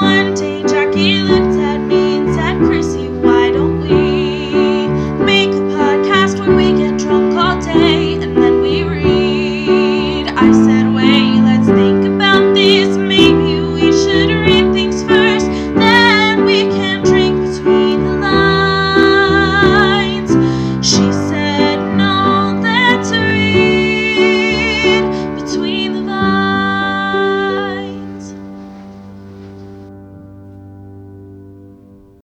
One day Jackie looked at me and said, Chrissy, why don't we make a podcast where we get drunk all day and then we read? I said, wait, let's think about this. Maybe we should read things first, then we can drink between the lines. She said, no, let's read between the lines.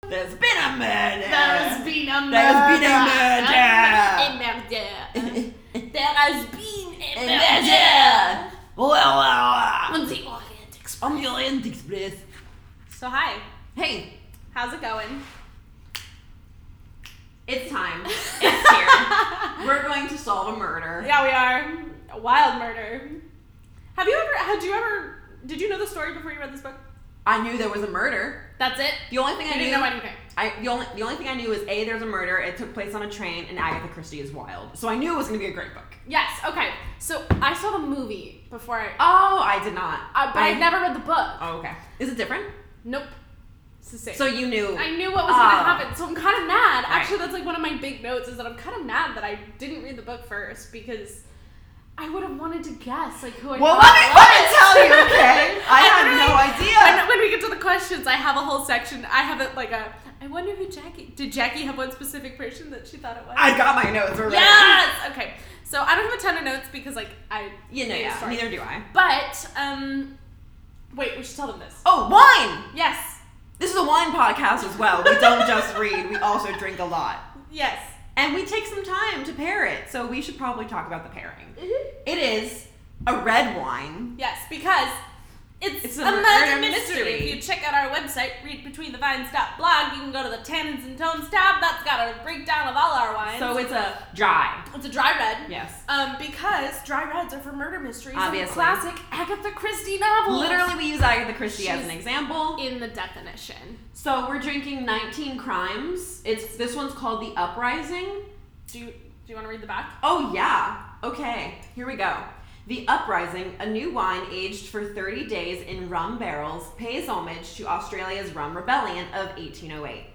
There's been a murder. There's been a murder. There's been a murder. A murder. There has been a murder. murder. Well, well, well. On the Orient Express. I'm your antics, please. So hi, Hey, how's it going? It's time. It's here. We're going to solve a murder. yeah, we are. A wild murder. Have you ever? Had you ever? Did you know the story before you read this book? I knew there was a murder. That's it. The only thing You I didn't knew, know anything. I the only the only thing I knew is a there's a murder. It took place on a train, and Agatha Christie is wild. So I knew it was gonna be a great book. Yes. Okay. So I saw the movie before I. Oh, I did not. Uh, but I, never read the book. Oh, okay. Is it different? Nope. It's the same. So you knew. I knew what was Oh. gonna happen, so I'm kind of mad. Right. Actually, that's like one of my big notes is that I'm kind of mad that I didn't read the book first because I would have wanted to guess like who I. well, let thought me it let me was. tell you, okay? I literally- had no When, idea. when we get to the questions, I have a whole section. I have it like a. I wonder who Jackie did. Jackie have one specific person that she thought it was. I got my notes already. yes. Okay. So I don't have a ton of notes because like I. You know, made a yeah, story. neither do I. But um, wait. We should tell them this. Oh, wine! Yes. This is a wine podcast as well. We don't just read, we also drink a lot. Yes. And we take some time to pair it, so we should probably talk about the pairing. Mm-hmm. It is a red wine. Yes, because it's, It's a, a murder murder mystery. mystery. If you check out our website, readbetweenthevines.blog, you can go to the tannins and tones tab. That's got a breakdown of all our wines. So it's a dry. it's a dry red. Yes. Um, because dry reds are for murder mysteries. and Obviously. classic Agatha Christie novels. Literally, we use Agatha Christie as an Oh. She's- example. in the definition. So we're drinking 19 crimes. It's this one's called The Uprising. Do you do you want to read the back? Oh yeah. Okay. Here we go. The Uprising, a new wine aged for 30 days in rum barrels, pays homage to Australia's rum rebellion of 1808.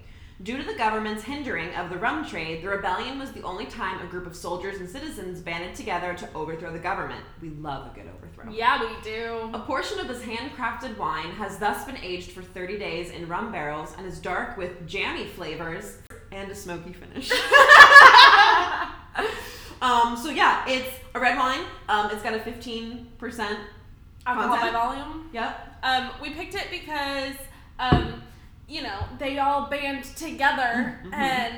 Due to the government's hindering of the rum trade, the rebellion was the only time a group of soldiers and citizens banded together to overthrow the government. We love a good overthrow. Yeah, we do. A portion of this handcrafted wine has thus been aged for 30 days in rum barrels and is dark with jammy flavors and a smoky finish. um, so yeah, it's a red wine. Um, it's got a 15%. Alcohol by Content. volume. Yep. Um, we picked it because, um, you know, they all band together Mm-hmm. and.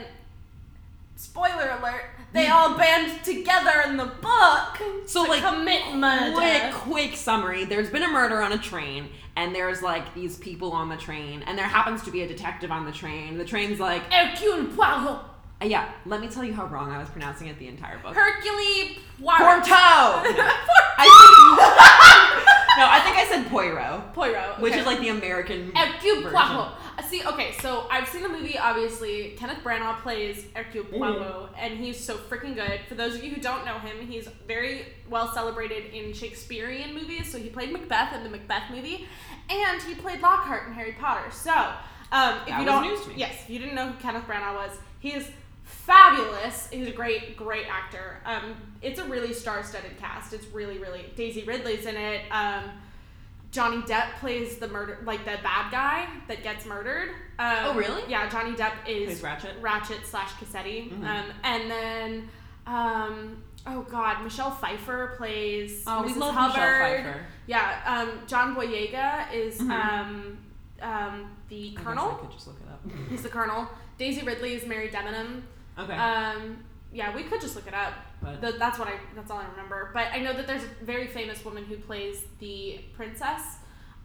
Spoiler alert! They all band together in the book. Mm. So, to like, commit murder. Quick, quick summary. There's been a murder on a train, and there's like these people on the train, and there happens to be a detective on the train. The train's like, Hercule Poirot. yeah, let me tell you how wrong I was pronouncing it the entire book. Hercule Poirot. Porto! No. I think, no, I think I said Poirot, Poirot. which okay. is like the American. Hercule version. Poirot. Uh, See, okay, so I've seen the movie, obviously. Kenneth Branagh plays Hercule Poirot, and he's so freaking good. For those of you who don't know him, he's very well celebrated in Shakespearean movies. So he played Macbeth in the Macbeth movie, and he played Lockhart in Harry Potter. So, um, That if you was don't, news to me. yes, if you didn't know who Kenneth Branagh was, he is fabulous. He's a great, great actor. Um, it's a really star-studded cast. It's really, really Daisy Ridley's in it. Um, Johnny Depp plays the murder, like the bad guy that gets murdered. Um, Oh, really? Yeah, Johnny Depp is Plays Ratchet. Mm-hmm. Ratchet slash Cassetti. Um, and then, um, oh god, Michelle Pfeiffer plays. Oh, we Mrs. love Michelle Hubbard. Pfeiffer. Yeah, um, John Boyega is Mhm. um, um, I the guess colonel. I could just look it He's the colonel. Daisy Ridley is Mary Debenham. up. okay. Um, yeah, we could just look it up. But- Th- that's what I. That's all I remember. But I know that there's a very famous woman who plays the princess.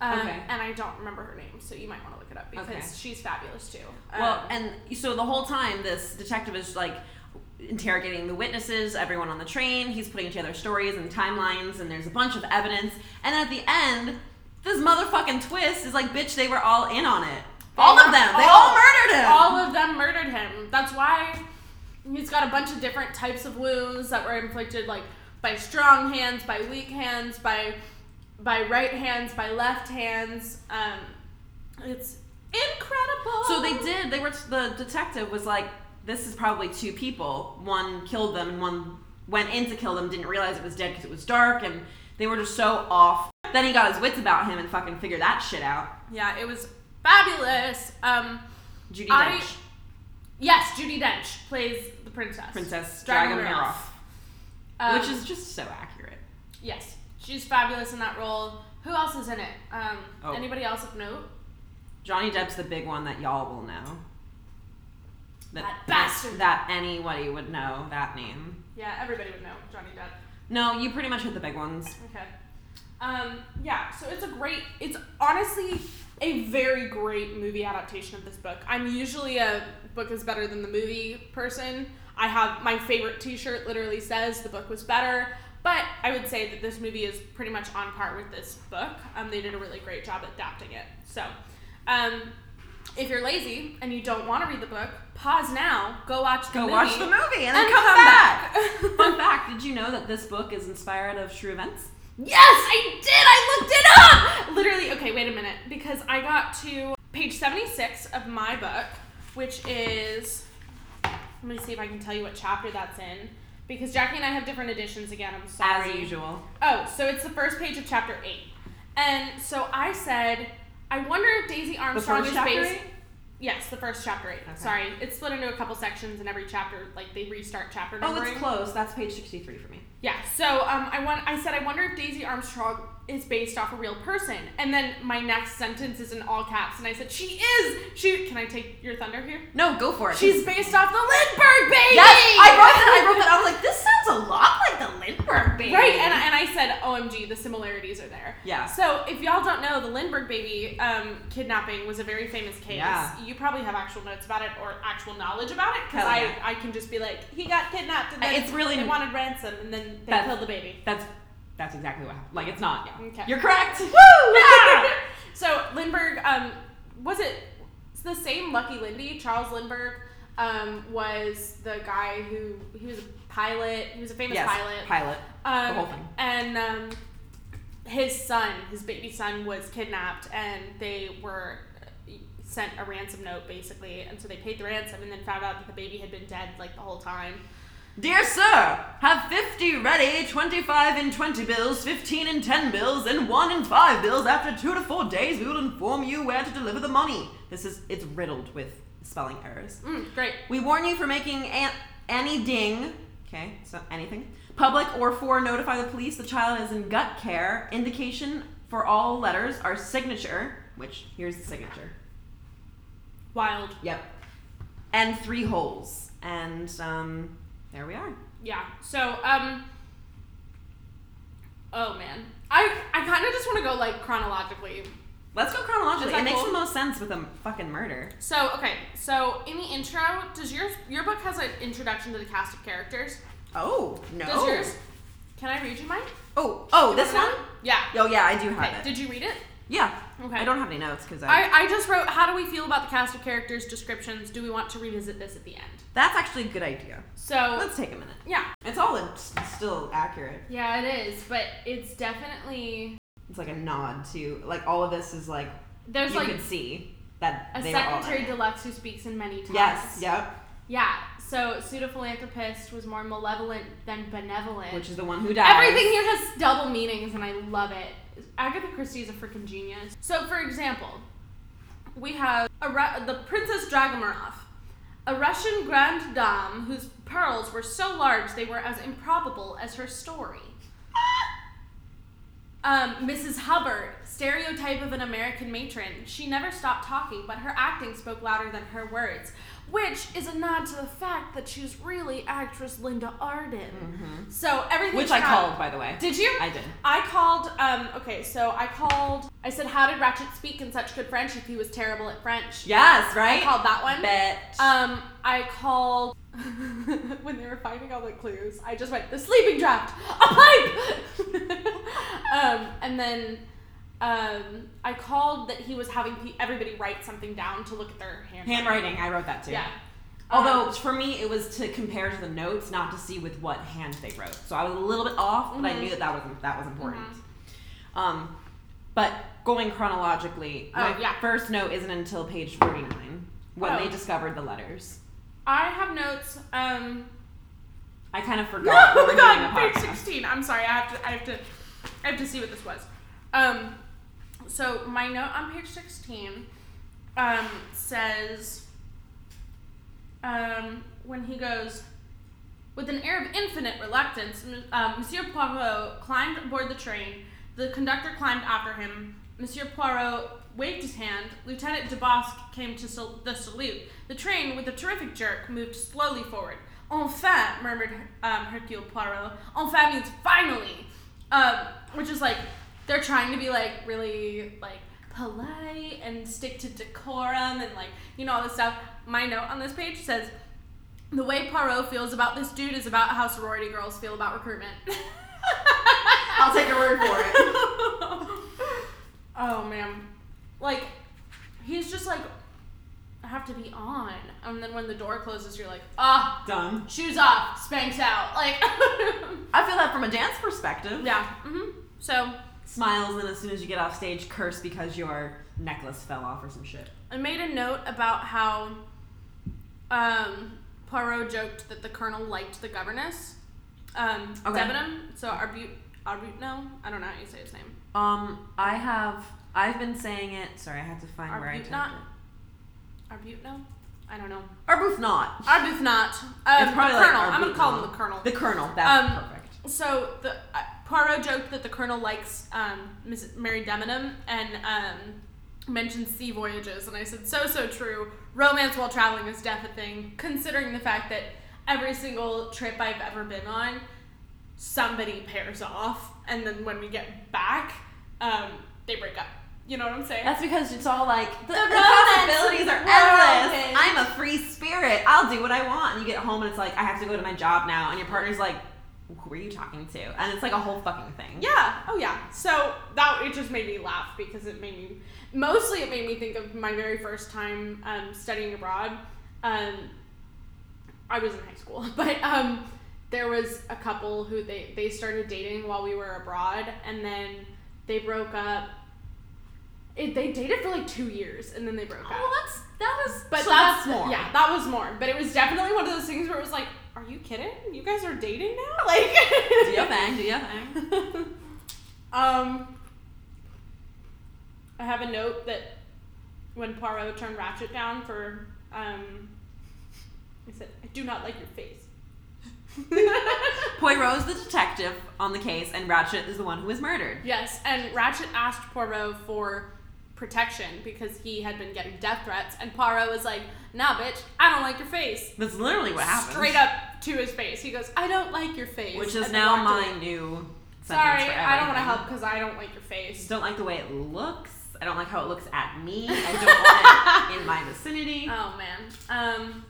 Um, Okay. And I don't remember her name, so you might want to look it up because Okay. she's fabulous too. Um, well, and so the whole time, this detective is like interrogating the witnesses, everyone on the train. He's putting together stories and timelines, and there's a bunch of evidence. And at the end, this motherfucking twist is like, bitch, they were all in on it. All of them. They all murdered him. All of them murdered him. That's why he's got a bunch of different types of wounds that were inflicted, like by strong hands, by weak hands, by by right hands, by left hands. Um, It's incredible. So they did. They were. The detective was like, "This is probably two people. One killed them, and one went in to kill them. Didn't realize it was dead because it was dark, and they were just so off." Then he got his wits about him and fucking figured that shit out. Yeah, it was fabulous. Um, Judy I- Dench, yes, Judy Dench plays the princess. Princess Dragon Dragomirov, Um, which is just so accurate. yes, she's fabulous in that role. Who else is in it? Um, Oh. anybody else of note? Johnny Depp's the big one that y'all will know. That bastard. That anybody would know that name. Yeah, everybody would know Johnny Depp. No, you pretty much hit the big ones. Okay. Um, yeah, so it's a great, it's honestly a very great movie adaptation of this book. I'm usually a book is better than the movie person. I have my favorite t shirt literally says the book was better, but I would say that this movie is pretty much on par with this book. Um, they did a really great job adapting it. So, um, if you're lazy and you don't want to read the book, pause now, go watch the Go movie. watch the movie and then and come, come back. back. Fun fact: Did you know that this book is inspired of true events? Yes, I did. I looked it up. Literally, okay, wait a minute because I got to page 76 of my book, which is let me see if I can tell you what chapter that's in because Jackie and I have different editions again. I'm sorry. As usual. Oh, so it's the first page of chapter 8. And so I said, I wonder if Daisy Armstrong first is chapter based eight? Yes, the first chapter 8. Okay. Sorry. It's split into a couple sections and every chapter like they restart chapter Oh, numbering. it's close. That's page sixty-three for me. Yeah. So um, I want. I said I wonder if Daisy Armstrong is based off a real person, and then my next sentence is in all caps, and I said she is. She. Can I take your thunder here? No, go for it. She's based off the Lindbergh baby. Yes, I wrote that. I wrote that. I was like, this sounds a lot like the Lindbergh baby. Right, and, I- and I said, OMG, the similarities are there. Yeah. So, if y'all don't know, the Lindbergh baby um, kidnapping was a very famous case. Yeah. You probably have actual notes about it or actual knowledge about it because Hell yeah. I, I can just be like, he got kidnapped and then It's really- they wanted ransom and then they That's- killed the baby. that's that's exactly what happened. Like, it's not. Yeah. Okay. You're correct. Woo! Yeah. so Lindbergh, um, was it it's the same Lucky Lindy? Charles Lindbergh um, was the guy who he was a pilot. He was a famous yes. pilot. Pilot. um, the whole thing. And um, his son, his baby son, was kidnapped, and they were uh, sent a ransom note basically and so they paid the ransom and then found out that the baby had been dead like the whole time Dear sir, have 50 ready, 25 in 20 bills, 15 in 10 bills, and 1 in 5 bills. After 2 to 4 days, we will inform you where to deliver the money. This is, it's riddled with spelling errors. mm, great We warn you for making an, any ding, okay, so anything, public or for notify the police the child is in gut care. Indication for all letters are signature, which here's the signature. wild Yep. And three holes. And um, there we are. Yeah. So, um Oh man. I I kind of just want to go like chronologically. Let's go chronologically. Is that It makes cool? the most sense with a m- fucking murder. So, okay. So, in the intro, does yours your book has an introduction to the cast of characters? Oh no. Does yours? Can I read you mine? Oh oh, You this one. want Yeah. Oh yeah, I do have Okay. it. Did you read it? yeah. Okay. I don't have any notes because I, I, I just wrote how do we feel about the cast of characters descriptions? Do we want to revisit this at the end? That's actually a good idea. So, Let's take a minute. yeah. It's all in, s- still accurate. Yeah, it is, but it's definitely It's like a nod to like all of this is like there's you like could see that a they were all in secretary it. deluxe who speaks in many tongues. Yes. Yep. Yeah, so pseudophilanthropist was more malevolent than benevolent. Which is the one who died. Everything here has double meanings, and I love it. Agatha Christie is a freaking genius. So, for example, we have a Ru- the Princess Dragomirov, a Russian grand dame whose pearls were so large they were as improbable as her story. Um, Mrs. Hubbard, stereotype of an American matron. She never stopped talking, but her acting spoke louder than her words, which is a nod to the fact that she's really actress Linda Arden. So everything. Mm-hmm. Which I called, by the way. Did you? I did. I called. Um, okay, so I called. I said, "How did Ratchet speak in such good French if he was terrible at French?" Yes. Right. I called that one. Bet. Um, I called when they were finding all the clues. I just went the sleeping draft, a pipe. um, and then um, I called that he was having pe- everybody write something down to look at their handwriting. Handwriting. I wrote that too. Yeah. Although Um, for me, it was to compare to the notes, not to see with what hand they wrote. So I was a little bit off, but I Mhm. knew that that was that was important. Um, But going chronologically, Oh, my yeah. first note isn't until page 49 when they Oh. discovered the letters. I have notes. Um, I kind of forgot. we were oh my doing god, the page podcast. sixteen. I'm sorry. I have to. I have to. I have to see what this was. Um, so my note on page sixteen, um, says, um, when he goes. With an air of infinite reluctance, M- um, Monsieur Poirot climbed aboard the train. The conductor climbed after him. Monsieur Poirot waved his hand. Lieutenant Dubosc came to sal- the salute. The train, with a terrific jerk, moved slowly forward. Enfin, murmured um, Hercule Poirot. Enfin means finally, um, which is like they're trying to be like really like polite and stick to decorum and like you know all this stuff. My note on this page says the way Poirot feels about this dude is about how sorority girls feel about recruitment. I'll take your word for it. oh man, like he's just like I have to be on, and then when the door closes, you're like, ah, Done. shoes off, spanks out, like I feel that from a dance perspective. yeah. hmm So Smiles, and as soon as you get off stage, curse because your necklace fell off or some shit. I made a note about how um, Poirot joked that the colonel liked the governess, um, Okay. Debenham. So Arbut, Arbutno. I don't know how you say his name. Um, I have. I've been saying it. Sorry, I have to find Our where I boot typed knot? it. Arbutno. I don't know. Arbuthnot. Arbuthnot. It's Um, the probably colonel. like I'm gonna call him Arbuthnot. the colonel. The Colonel. That's Um, perfect. so the uh, Poirot joked that the colonel likes um, Miss Mary Debenham and um, mentioned sea voyages, and I said so so true. Romance while traveling is death a thing, considering the fact that every single trip I've ever been on, somebody pairs off, and then when we get back, um, they break up. You know what I'm saying? That's because it's all like the, the, romance possibilities are world endless. is- I'm a free spirit. I'll do what I want. And you get home and it's like I have to go to my job now, and your partner's like, "Who are you talking to?" And it's like a whole fucking thing. Yeah. Oh, yeah. So that it just made me laugh because it made me mostly it made me think of my very first time um, studying abroad. Um, I was in high school, but um, there was a couple who they they started dating while we were abroad, and then they broke up. It, they dated for like two years, and then they broke up. Well, Oh, that's that is. But so that's, that's more. Yeah, that was more. But it was definitely one of those things where it was like, "Are you kidding? You guys are dating now?" Like, Do your thing. Do your thing. um, I have a note that when Poirot turned Ratchet down for, um, he said, "I do not like your face." Poirot is the detective on the case, and Ratchet is the one who was murdered. yes, and Ratchet asked Poirot for protection because he had been getting death threats, and Poirot was like, "Nah, bitch, I don't like your face." That's literally what happened. Straight up to his face, he goes, "I don't like your face," Which and is then now walked away. my new. sentence Sorry, for I don't want to everything. help because I don't like your face. just don't like the way it looks. I don't like how it looks at me. I don't want it in my vicinity. Oh man. Um,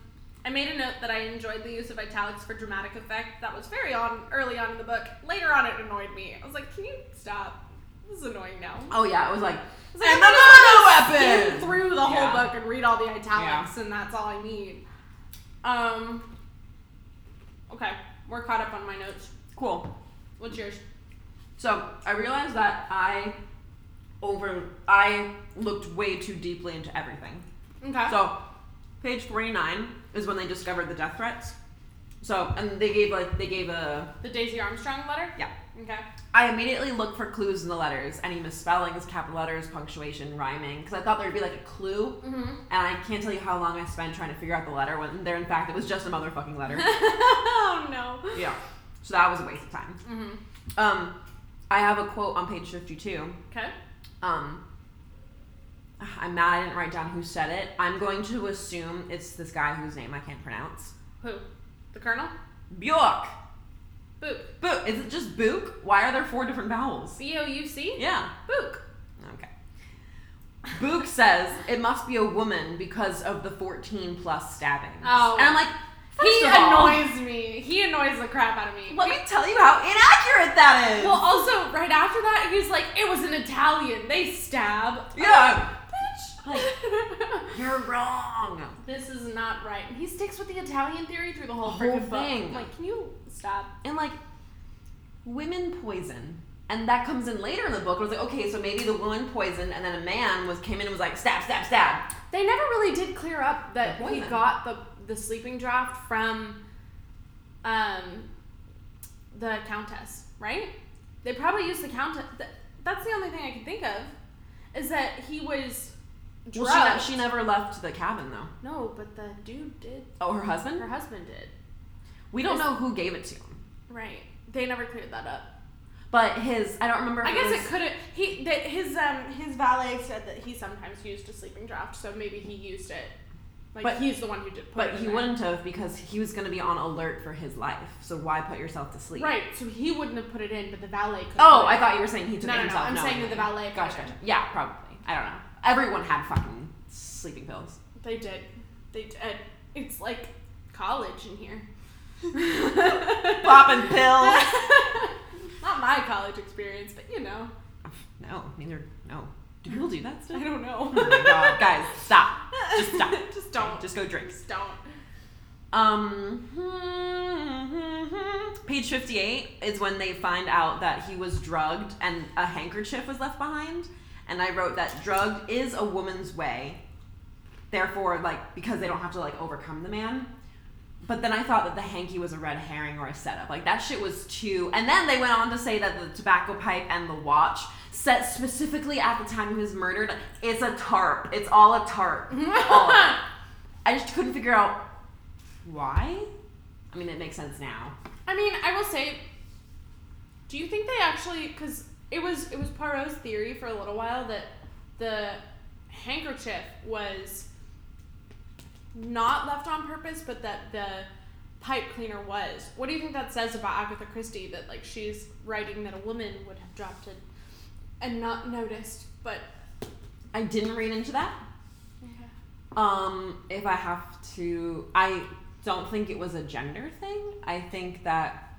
I made a note that I enjoyed the use of italics for dramatic effect. That was very on early on in the book. Later on, it annoyed me. I was like, can you stop? This is annoying now. Oh yeah, it was like, It's like, And I'm not the gonna murder skim weapon! through the whole Yeah. book and read all the italics, and that's all I need. Um. Okay, we're caught up on my notes. cool. What's yours? So I realized that I over I looked way too deeply into everything. Okay. So page forty nine is when they discovered the death threats. So and they gave like they gave a the Daisy Armstrong letter. yeah. Okay. I immediately looked for clues in the letters, any misspellings, capital letters, punctuation, rhyming, because I thought there'd be like a clue. Mm-hmm. And I can't tell you how long I spent trying to figure out the letter when there, in fact, it was just a motherfucking letter. oh no. yeah. So that was a waste of time. Mm-hmm. Um, I have a quote on page 52. Okay. Um, I'm mad I didn't write down who said it. I'm going to assume it's this guy whose name I can't pronounce. Who? The Colonel? Bjork. Book. Book. Is it just Book? Why are there four different vowels? B O U C? Yeah. Book. Okay. Book says it must be a woman because of the 14 plus stabbings. Oh. And I'm like, first he of all, annoys me. He annoys the crap out of me. Let me tell you how inaccurate that is. Well, also right after that, he's like, "It was an Italian. They stab." yeah, Bitch. you're wrong. this is not right. And he sticks with the Italian theory through the whole The whole freaking book. thing. I'm like, can you stop? And like, women poison, And that comes in later in the book. I was like, okay, so maybe the woman poisoned, and then a man was came in and was like, stab, stab, stab. They never really did clear up that The he poison. got the the sleeping draft from um the countess, right? They probably used the countess. Th- that's the only thing I can think of is that he was drugged. Well, she, ne- she never left the cabin though. no, but the dude did. Oh, her husband? Her husband did. We don't know who gave it to him, Right. They never cleared that up. but his. I don't remember. If I guess was, it could have. He that his um his valet said that he sometimes used a sleeping draft, so maybe he used it. Like But- he's the one who did. Put it But in he there. wouldn't have because he was going to be on alert for his life. So why put yourself to sleep? Right. So he wouldn't have put it in, but the valet. Could Oh, put it I in. thought you were saying he took No, it no, no, himself. I'm saying no, that the no. valet put Gotcha, it in. gotcha. Yeah, probably. I don't know. Everyone had fucking sleeping pills. They did. They did. It's like college in here. Popping pills. Not my college experience, but you know, no, neither. No. Do people do that I stuff? don't know. Oh my god, guys, stop. Just stop. Just don't. Just go drink. Just don't. Um, page 58 is when they find out that he was drugged and a handkerchief was left behind. And I wrote that drugged is a woman's way. Therefore, like, because they don't have to, like, overcome the man. But then I thought that the hanky was a red herring or a setup. Like, that shit was too. And then they went on to say that the tobacco pipe and the watch, set specifically at the time he was murdered, it's a tarp. It's all a tarp. All of it. I just couldn't figure out why. I mean, it makes sense now. I mean, I will say, do you think they actually? Because it was it was Poirot's theory for a little while that the handkerchief was not left on purpose, but that the pipe cleaner was. What do you think that says about Agatha Christie? That like she's writing that a woman would have dropped it and not noticed, but I didn't read into that. Um, if I have to, I don't think it was a gender thing. I think that.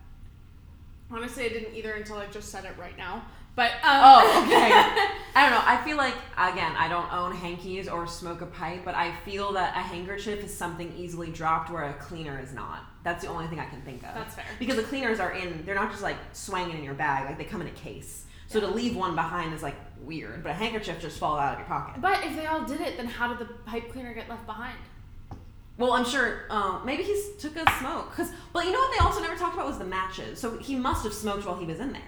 honestly, I didn't either until I just said it right now. But um, Oh, okay. I don't know. I feel like again, I don't own hankies or smoke a pipe, but I feel that a handkerchief is something easily dropped where a cleaner is not. That's the only thing I can think of. That's fair. Because the cleaners are in; they're not just like swinging in your bag. Like they come in a case. So to leave one behind is like weird, but a handkerchief just falls out of your pocket. but if they all did it, then how did the pipe cleaner get left behind? Well, I'm sure. Um, maybe he s- took a smoke. Cause, well, you know what they also never talked about was the matches. So he must have smoked while he was in there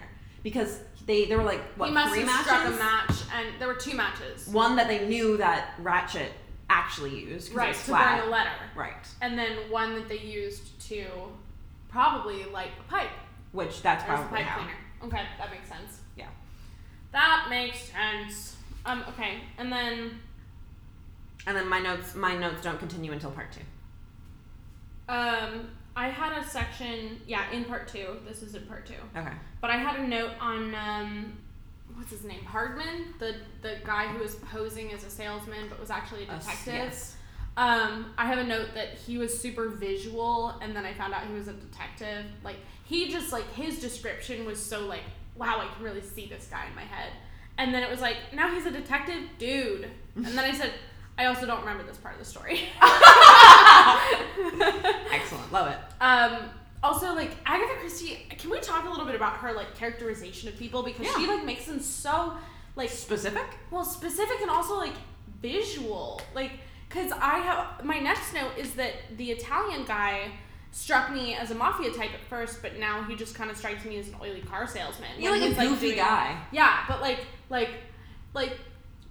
because they there were like what he must three have matches. struck a match, and there were two matches. One that they knew that Ratchet actually used. 'cause it Right, was to flat. burn a letter. Right. And then one that they used to probably light a pipe. Which that's There's a probably pipe how. cleaner. Okay, that makes sense. Yeah. That makes sense. Um, okay, and then, And then my notes my notes don't continue until part two. um, I had a section, yeah, in part two. This is in part two. Okay. But I had a note on, um, what's his name? Hardman? The, the guy who was posing as a salesman but was actually a Us- detective. yes. Um, I have a note that he was super visual, and then I found out he was a detective. Like he just like his description was so like, wow, I can really see this guy in my head. And then it was like, now he's a detective, dude. And then I said, I also don't remember this part of the story. Excellent. Love it. um, also, like Agatha Christie, can we talk a little bit about her like characterization of people because she Yeah. like makes them so like Specific? well, specific and also like visual. Like, because I have my next note is that the Italian guy struck me as a mafia type at first, but now he just kind of strikes me as an oily car salesman. You're When like a he's, goofy doing- guy. Yeah, but like, like, like.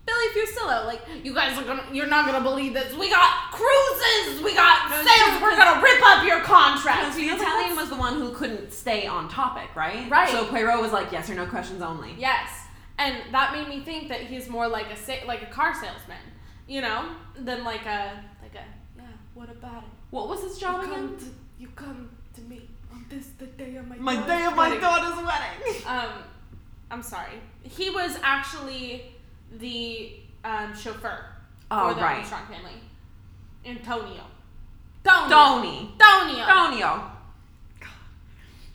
Billy Fusillo, like you guys are gonna, you're not gonna believe this. We got cruises, we got No, sales. dude, We're gonna rip up your No, contract. so the Italian was the one who couldn't stay on topic, right? Right. So Poirot was like, yes or no questions only. Yes, and that made me think that he's more like a sa- like a car salesman, you know, than like a like a yeah. What about it? What was his job You again? come to you come to me on this the day of my My daughter's day of my wedding. daughter's wedding. Um, I'm sorry. He was actually the um, chauffeur Oh, for the right. Armstrong family. Antonio. Tony. Donny. Antonio. Donio.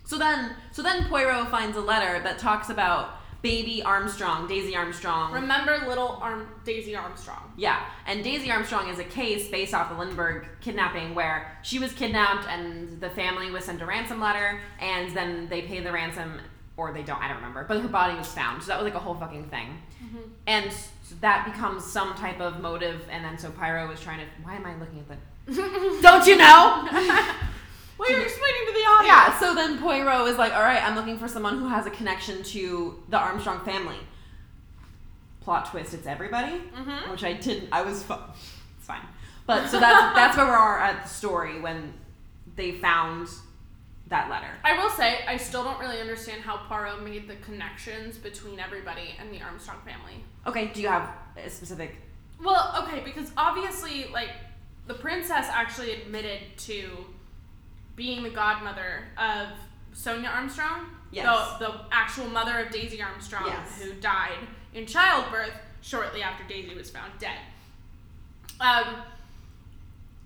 So then, so then Poirot finds a letter that talks about baby Armstrong, Daisy Armstrong. Remember little Arm Daisy Armstrong. yeah, and Daisy Armstrong is a case based off the Lindbergh kidnapping where she was kidnapped and the family was sent a ransom letter and then they pay the ransom or they don't. I don't remember. But her body was found, so that was like a whole fucking thing. Mm-hmm. And s- that becomes some type of motive, and then so Pyro is trying to. Why am I looking at that? don't you know? Well, you're explaining to the audience. yeah. So then Poirot is like, all right, I'm looking for someone who has a connection to the Armstrong family. Plot twist: It's everybody, Mhm. which I didn't. I was. Fu- it's fine. But so that's that's where we are at the story when they found that letter. I will say, I still don't really understand how Poirot made the connections between everybody and the Armstrong family. Okay, do you have a specific? Well, okay, because obviously, like, the princess actually admitted to being the godmother of Sonia Armstrong, Yes. the, the actual mother of Daisy Armstrong, Yes. who died in childbirth shortly after Daisy was found dead. Um,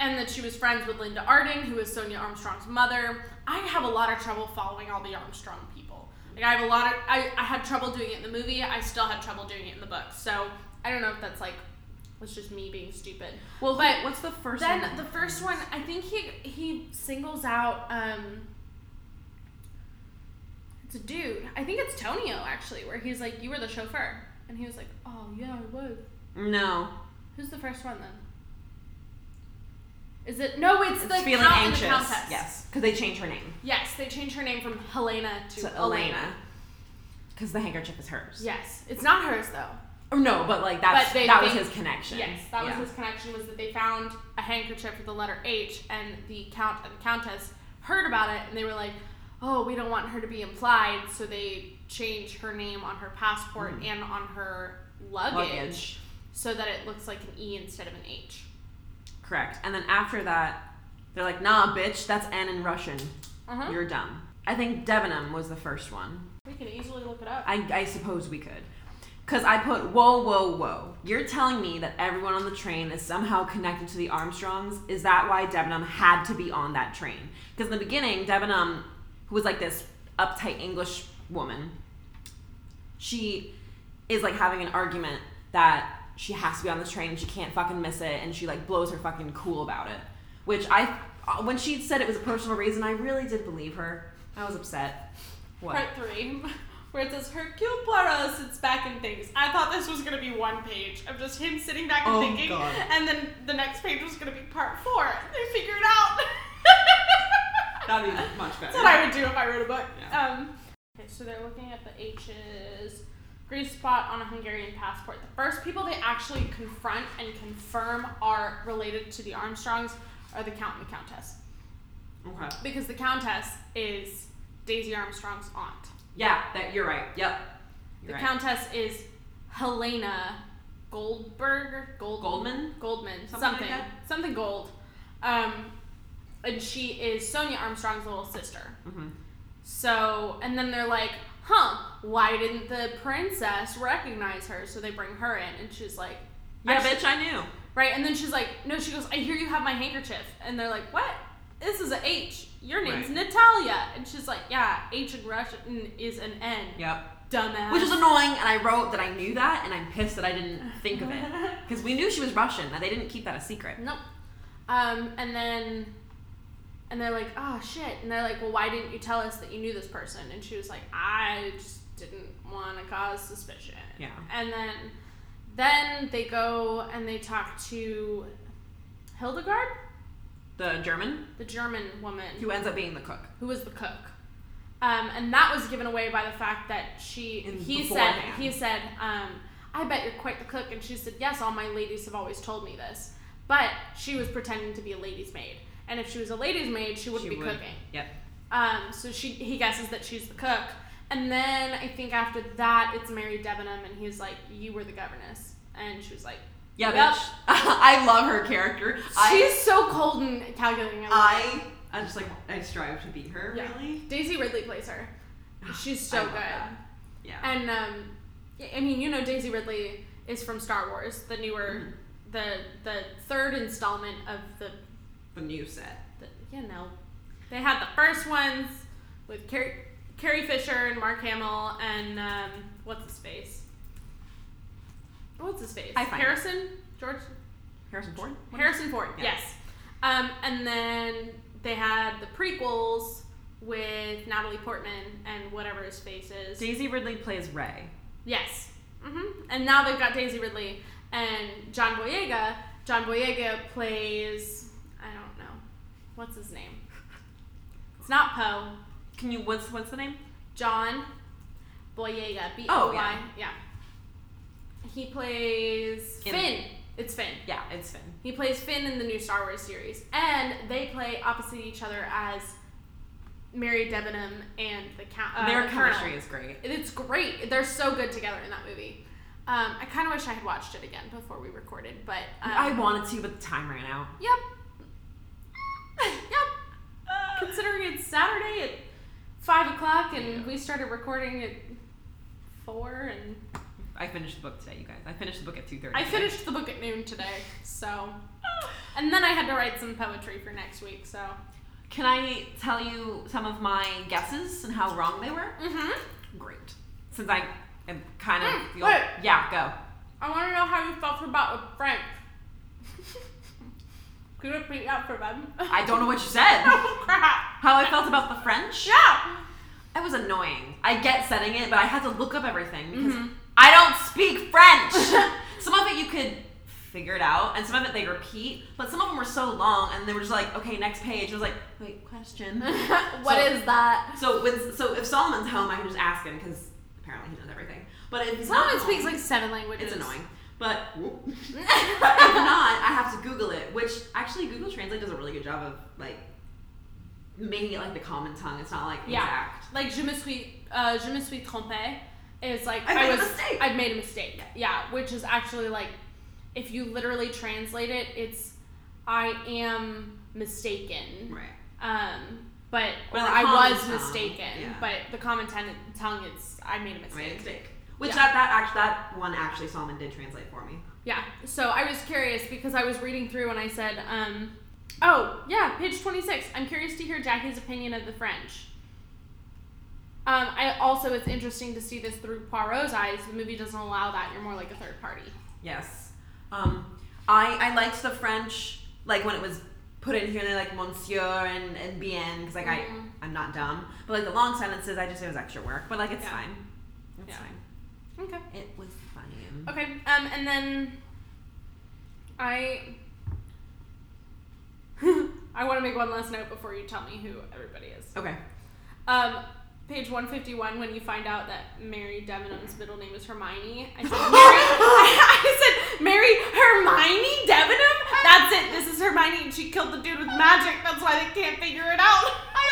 and that she was friends with Linda Arden, who is Sonia Armstrong's mother. I have a lot of trouble following all the Armstrong people. Like I have a lot of I, I had trouble doing it in the movie. I still had trouble doing it in the book. So I don't know if that's like it's just me being stupid. Well, But what's the first? Then the first one, I think he he singles out um it's a dude. I think it's Tonio actually, where he's like, You were the chauffeur. And he was like, Oh yeah, I was. No, Who's the first one then? Is it no? It's, it's the feeling count anxious. and the countess. Yes, because they changed her name Yes, they changed her name from Helena to, to, Elena because the handkerchief is hers. Yes, it's not hers though. Or no, but like that's But they that think- was his connection. Yes, that was Yeah. his connection was that they found a handkerchief with the letter H, and the count and the countess heard about it, and they were like, "Oh, we don't want her to be implied," so they changed her name on her passport and on her luggage, Hmm. luggage. so that it looks like an E instead of an H. Correct. And then after that, they're like, nah, bitch, that's N in Russian. Uh-huh. You're dumb. I think Debenham was the first one. We can easily look it up. I, I suppose we could. Because I put, whoa, whoa, whoa. You're telling me that everyone on the train is somehow connected to the Armstrongs? Is that why Debenham had to be on that train? Because in the beginning, Debenham, who was like this uptight English woman, she is like having an argument that she has to be on this train and she can't fucking miss it and she like blows her fucking cool about it which i uh, when she said it was a personal reason i really did believe her i was upset what Part three, where it says Hercule Poirot sits back and thinks. I thought this was gonna be one page of just him sitting back and Oh, thinking, God. and then the next page was gonna be part four. They figure it out. That'd be much That's better. what I would do if I wrote a book. Yeah. Um, okay, so they're looking at the H's. Grease spot on a Hungarian passport. The first people they actually confront and confirm are related to the Armstrongs are the Count and the Countess. okay Because the Countess is Daisy Armstrong's aunt. yeah that you're right yep The You're right. Countess is Helena Goldberg, or Gold- Goldman? Goldman, something, like something, that? gold. Um, and she is Sonia Armstrong's little sister. Mhm. So, and then they're like, "Huh? Why didn't the princess recognize her?" So they bring her in, and she's like, yeah Actually- bitch i knew "Right?" And then she's like, "No," she goes, "I hear you have my handkerchief," and they're like, "What?" This is a H. Your name's Natalia, and she's like, "Yeah, H in Russian is an N, yep dumbass." which is annoying and i wrote that i knew that and i'm pissed that i didn't think of it because we knew she was russian and they didn't keep that a secret Nope. Um, and then, and they're like, oh shit. And they're like, well, why didn't you tell us that you knew this person? And she was like, I just didn't want to cause suspicion. Yeah. And then, then they go and they talk to Hildegard, the german the German woman who ends up being the cook who was the cook. Um, and that was given away by the fact that she In- he beforehand. said he said um, I bet you're quite the cook and she said yes all my ladies have always told me this but she was pretending to be a lady's maid and if she was a lady's maid she wouldn't She be would- cooking yep um, so she he guesses that she's the cook and then I think after that it's Mary Debenham and he's like you were the governess and she was like yeah Yep. bitch i love her character I, she's so cold and calculating I love it. I I just like I strive to be her Yeah. really. Daisy Ridley plays her she's I so love good. that. Yeah. And um, y- I mean, you know, Daisy Ridley is from Star Wars, the Mm-hmm. newer, the the third installment of the, the new set. the you know, they had the first ones with Carrie, Carrie Fisher and Mark Hamill and um, what's his face? What's his face? I find it. Harrison George Harrison Ford. Harrison Ford. Yeah. Yes. Um, and then they had the prequels with Natalie Portman and whatever his face is. Daisy Ridley plays Ray. Yes. hmm And now they've got Daisy Ridley and John Boyega. John Boyega plays I don't know what's his name. It's not Poe. Can you what's what's the name? John Boyega. B O Oh, Y. yeah. Yeah. He plays In- Finn. It's Finn. Yeah, it's Finn. He plays Finn in the new Star Wars series, and they play opposite each other as Mary Debenham and the count. Uh, Their the Colonel. chemistry is great. It's great. They're so good together in that movie. Um, I kind of wish I had watched it again before we recorded, but um, I wanted to, but the time ran out. Yep. yep. Considering it's Saturday at five o'clock, and we started recording at four, and I finished the book today, you guys. I finished the book at two thirty. I finished the book at noon today. So, and then I had to write some poetry for next week. So. Can I tell you some of my guesses and how wrong they were? Mm-hmm. Great. Since I am kind of Mm, feel, wait. yeah, go. I want to know how you felt about with Frank. Could you repeat that for them? I don't know what you said. oh crap! How I felt about the French? Yeah. I was annoying. I get setting it, but I had to look up everything because Mhm. I don't speak French. some of it you could figure it out, and some of it they repeat, but some of them were so long and they were just like, okay, next page. I was like, wait, question. What So- is that? so with so if Solomon's home, I can just ask him because apparently he knows everything. But if he's not Someone home, speaks like seven languages. it's annoying. But but if not, I have to Google it, which actually Google Translate does a really good job of like making it like the common tongue. It's not like Yeah. exact. like je me suis, uh, je me suis trompée is like I made a was, mistake. I've made a mistake. Yeah, which is actually like, if you literally translate it, it's I am mistaken. Right. Um, but But or the I common was tongue, mistaken. yeah. But the common ten- tongue, it's I I made a made a mistake. mistake. Which Yeah. that that actually that one actually Solomon did translate for me. Yeah. So I was curious because I was reading through and I said, um, oh yeah, page twenty six. I'm curious to hear Jackie's opinion of the French. Um, I also it's interesting to see this through Poirot's eyes. The movie doesn't allow that. You're more like a third party. Yes. Um, I I liked the French like when it was put in here and they're like Monsieur and and Bien because like Mhm. I I'm not dumb, but like the long sentences I just it was extra work, but like it's Yeah. fine. It's Yeah. fine. Okay. It was fine. Okay. Um, and then I I want to make one last note before you tell me who everybody is. Okay. Um, page 151, when you find out that Mary Debenham's middle name is Hermione, I said, Mary, I said, Mary Hermione Debenham? That's it. This is Hermione, and she killed the dude with magic. That's why they can't figure it out. I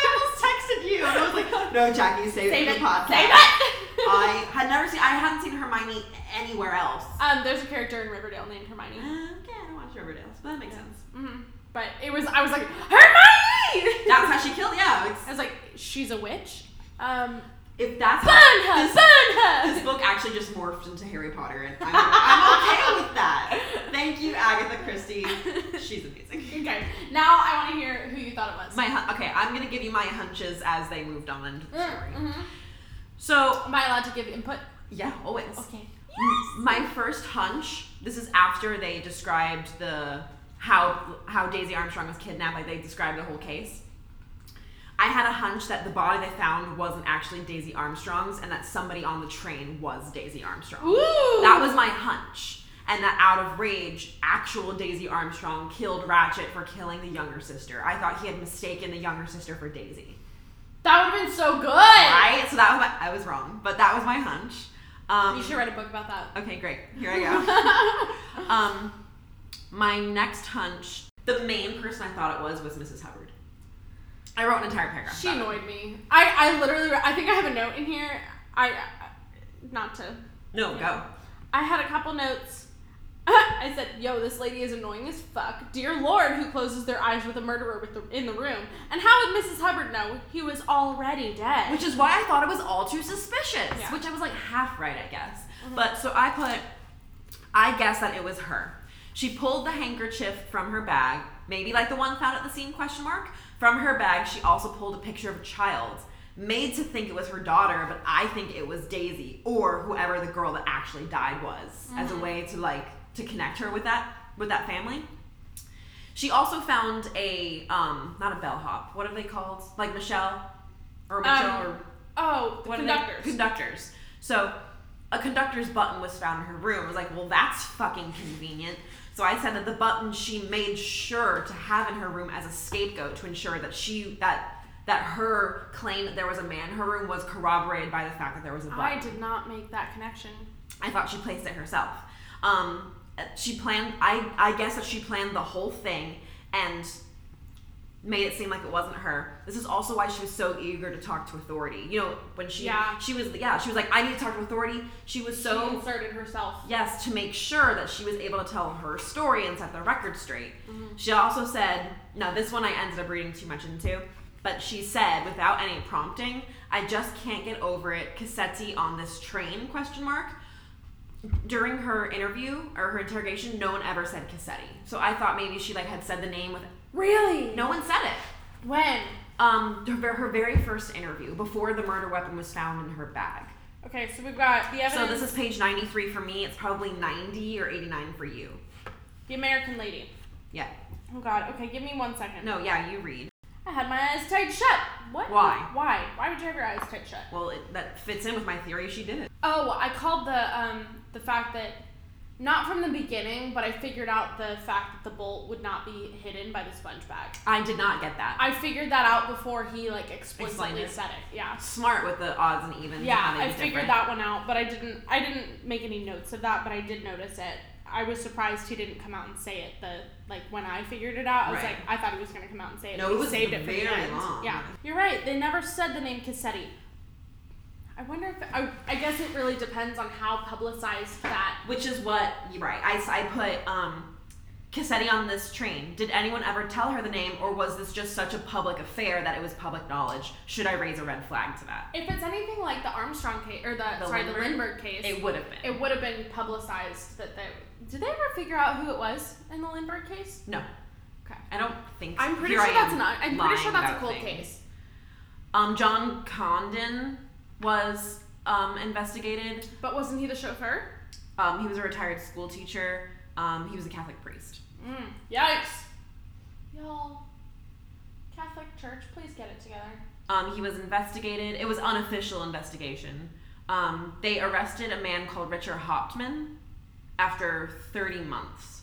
texted you and I was like, no, Jackie, save, Save it it. for the podcast. Save it. I had never seen. I haven't seen Hermione anywhere else. um, there's a character in Riverdale named Hermione. okay, I don't watch Riverdale, but that makes sense. hmm But it was, I was like, Hermione! That's how she killed. Yeah, it's- I was like, she's a witch. Um, if that's burn her! this, burn this her! book actually just morphed into Harry Potter, and I'm, I'm okay with that. Thank you, Agatha Christie. She's amazing. Okay, now I want to hear who you thought it was. My hun- okay, I'm gonna give you my hunches as they moved on into the story. Mm-hmm. So Am I allowed to give input? yeah, always. Okay. My first hunch. This is after they described the how how Daisy Armstrong was kidnapped. Like they described the whole case. I had a hunch that the body they found wasn't actually Daisy Armstrong's, and that somebody on the train was Daisy Armstrong. Ooh. That was my hunch. And that out of rage, actual Daisy Armstrong killed Ratchet for killing the younger sister. I thought he had mistaken the younger sister for Daisy. That would have been so good. Right? So that was my, I was wrong, but that was my hunch. Um, You should write a book about that. Okay, great. Here I go. um, my next hunch, the main person I thought it was was Mrs. Hubbard. I wrote an entire paragraph. she about it. annoyed me. Uh, I, I literally, I think I have a note in here. I, I not to. No, go. I had a couple notes. I said, "Yo, this lady is annoying as fuck." Dear Lord, who closes their eyes with a murderer with the, in the room? And how would Mrs. Hubbard know he was already dead? Which is why I thought it was all too suspicious. Yeah. Mm-hmm. Which I was like half right, I guess. But so I put, I guess that it was her. She pulled the handkerchief from her bag, maybe like the one found at the scene? Question mark. From her bag, she also pulled a picture of a child, made to think it was her daughter, but I think it was Daisy or whoever the girl that actually died was, as Mm-hmm. a way to like to connect her with that with that family. She also found a um, not a bellhop. What are they called? Like Michelle, or mitchell Um, or Oh, the what are they- conductors. Conductors. So a conductor's button was found in her room. I was like, well, that's fucking convenient. So I said that the button she made sure to have in her room as a scapegoat to ensure that she that that her claim that there was a man in her room was corroborated by the fact that there was a button. I did not make that connection. I thought she placed it herself. Um, she planned. I I guess that she planned the whole thing and made it seem like it wasn't her. This is also why she was so eager to talk to authority. You know, when she Yeah. she was yeah she was like I need to talk to authority. She was so she inserted herself. yes to make sure that she was able to tell her story and set the record straight. She also said, now this one I ended up reading too much into, but she said without any prompting, I just can't get over it. Cassetti on this train? Question mark. During her interview or her interrogation, no one ever said Cassetti. So I thought maybe she like had said the name with Really? no one said it When? um, her, her very first interview before the murder weapon was found in her bag. Okay, so we've got the So evidence. this is page 93 for me. It's probably 90 or 89 for you. the American lady. Yeah. Oh God. Okay, give me one second. No, yeah, you read. I had my eyes tight shut. What? Why? Why? Why would you have your eyes tight shut? Well, it, that fits in with my theory. She did it. Oh, I called the um the fact that not from the beginning, but I figured out the fact that the bolt would not be hidden by the sponge bag. I did not get that. I figured that out before he like explicitly Explained it. said it. Yeah. Smart with the odds and evens. and Yeah, how they I be figured different. that one out, but I didn't I didn't make any notes of that, but I did notice it. I was surprised he didn't come out and say it the like when I figured it out. I was Right. like I thought he was gonna come out and say it. No, but it he was saved it for very the end. long. Yeah. You're right, they never said the name Cassetti. I wonder if I, I guess it really depends on how publicized that Which is what you're right. I, s- I put um, Cassetti on this train. Did anyone ever tell her the name, or was this just such a public affair that it was public knowledge? Should I raise a red flag to that? if it's anything like the Armstrong case or the, The sorry the Lindbergh? Lindbergh case, It would have been. it would have been publicized that they did they ever figure out who it was in the Lindbergh case? no. Okay. I don't think. I'm pretty here sure I that's am an I'm pretty sure lying that's a about cold things. case. Um, John Condon was um, investigated. But wasn't he the chauffeur? Um, he was a retired school teacher. Um, he was a Catholic priest. Mm. Yikes. Y'all, Catholic Church, please get it together. Um, he was investigated. It was unofficial investigation. Um, they arrested a man called Richard Hauptman after 30 months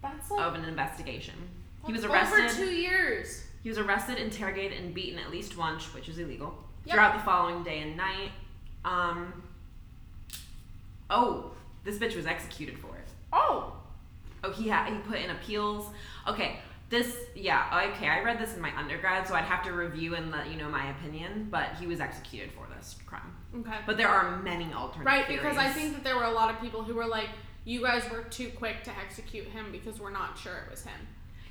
That's like of an investigation. He was that's over arrested. two years. He was arrested, interrogated, and beaten at least once, which is illegal. Yep. Throughout the following day and night. Um, oh, this bitch was executed for it. Oh, Oh, he ha- he put in appeals. Okay, this yeah okay. I read this in my undergrad, so I'd have to review and let you know my opinion. But he was executed for this crime. okay. But there are many alternate right, because I theories. think that there were a lot of people who were like, "You guys were too quick to execute him because we're not sure it was him."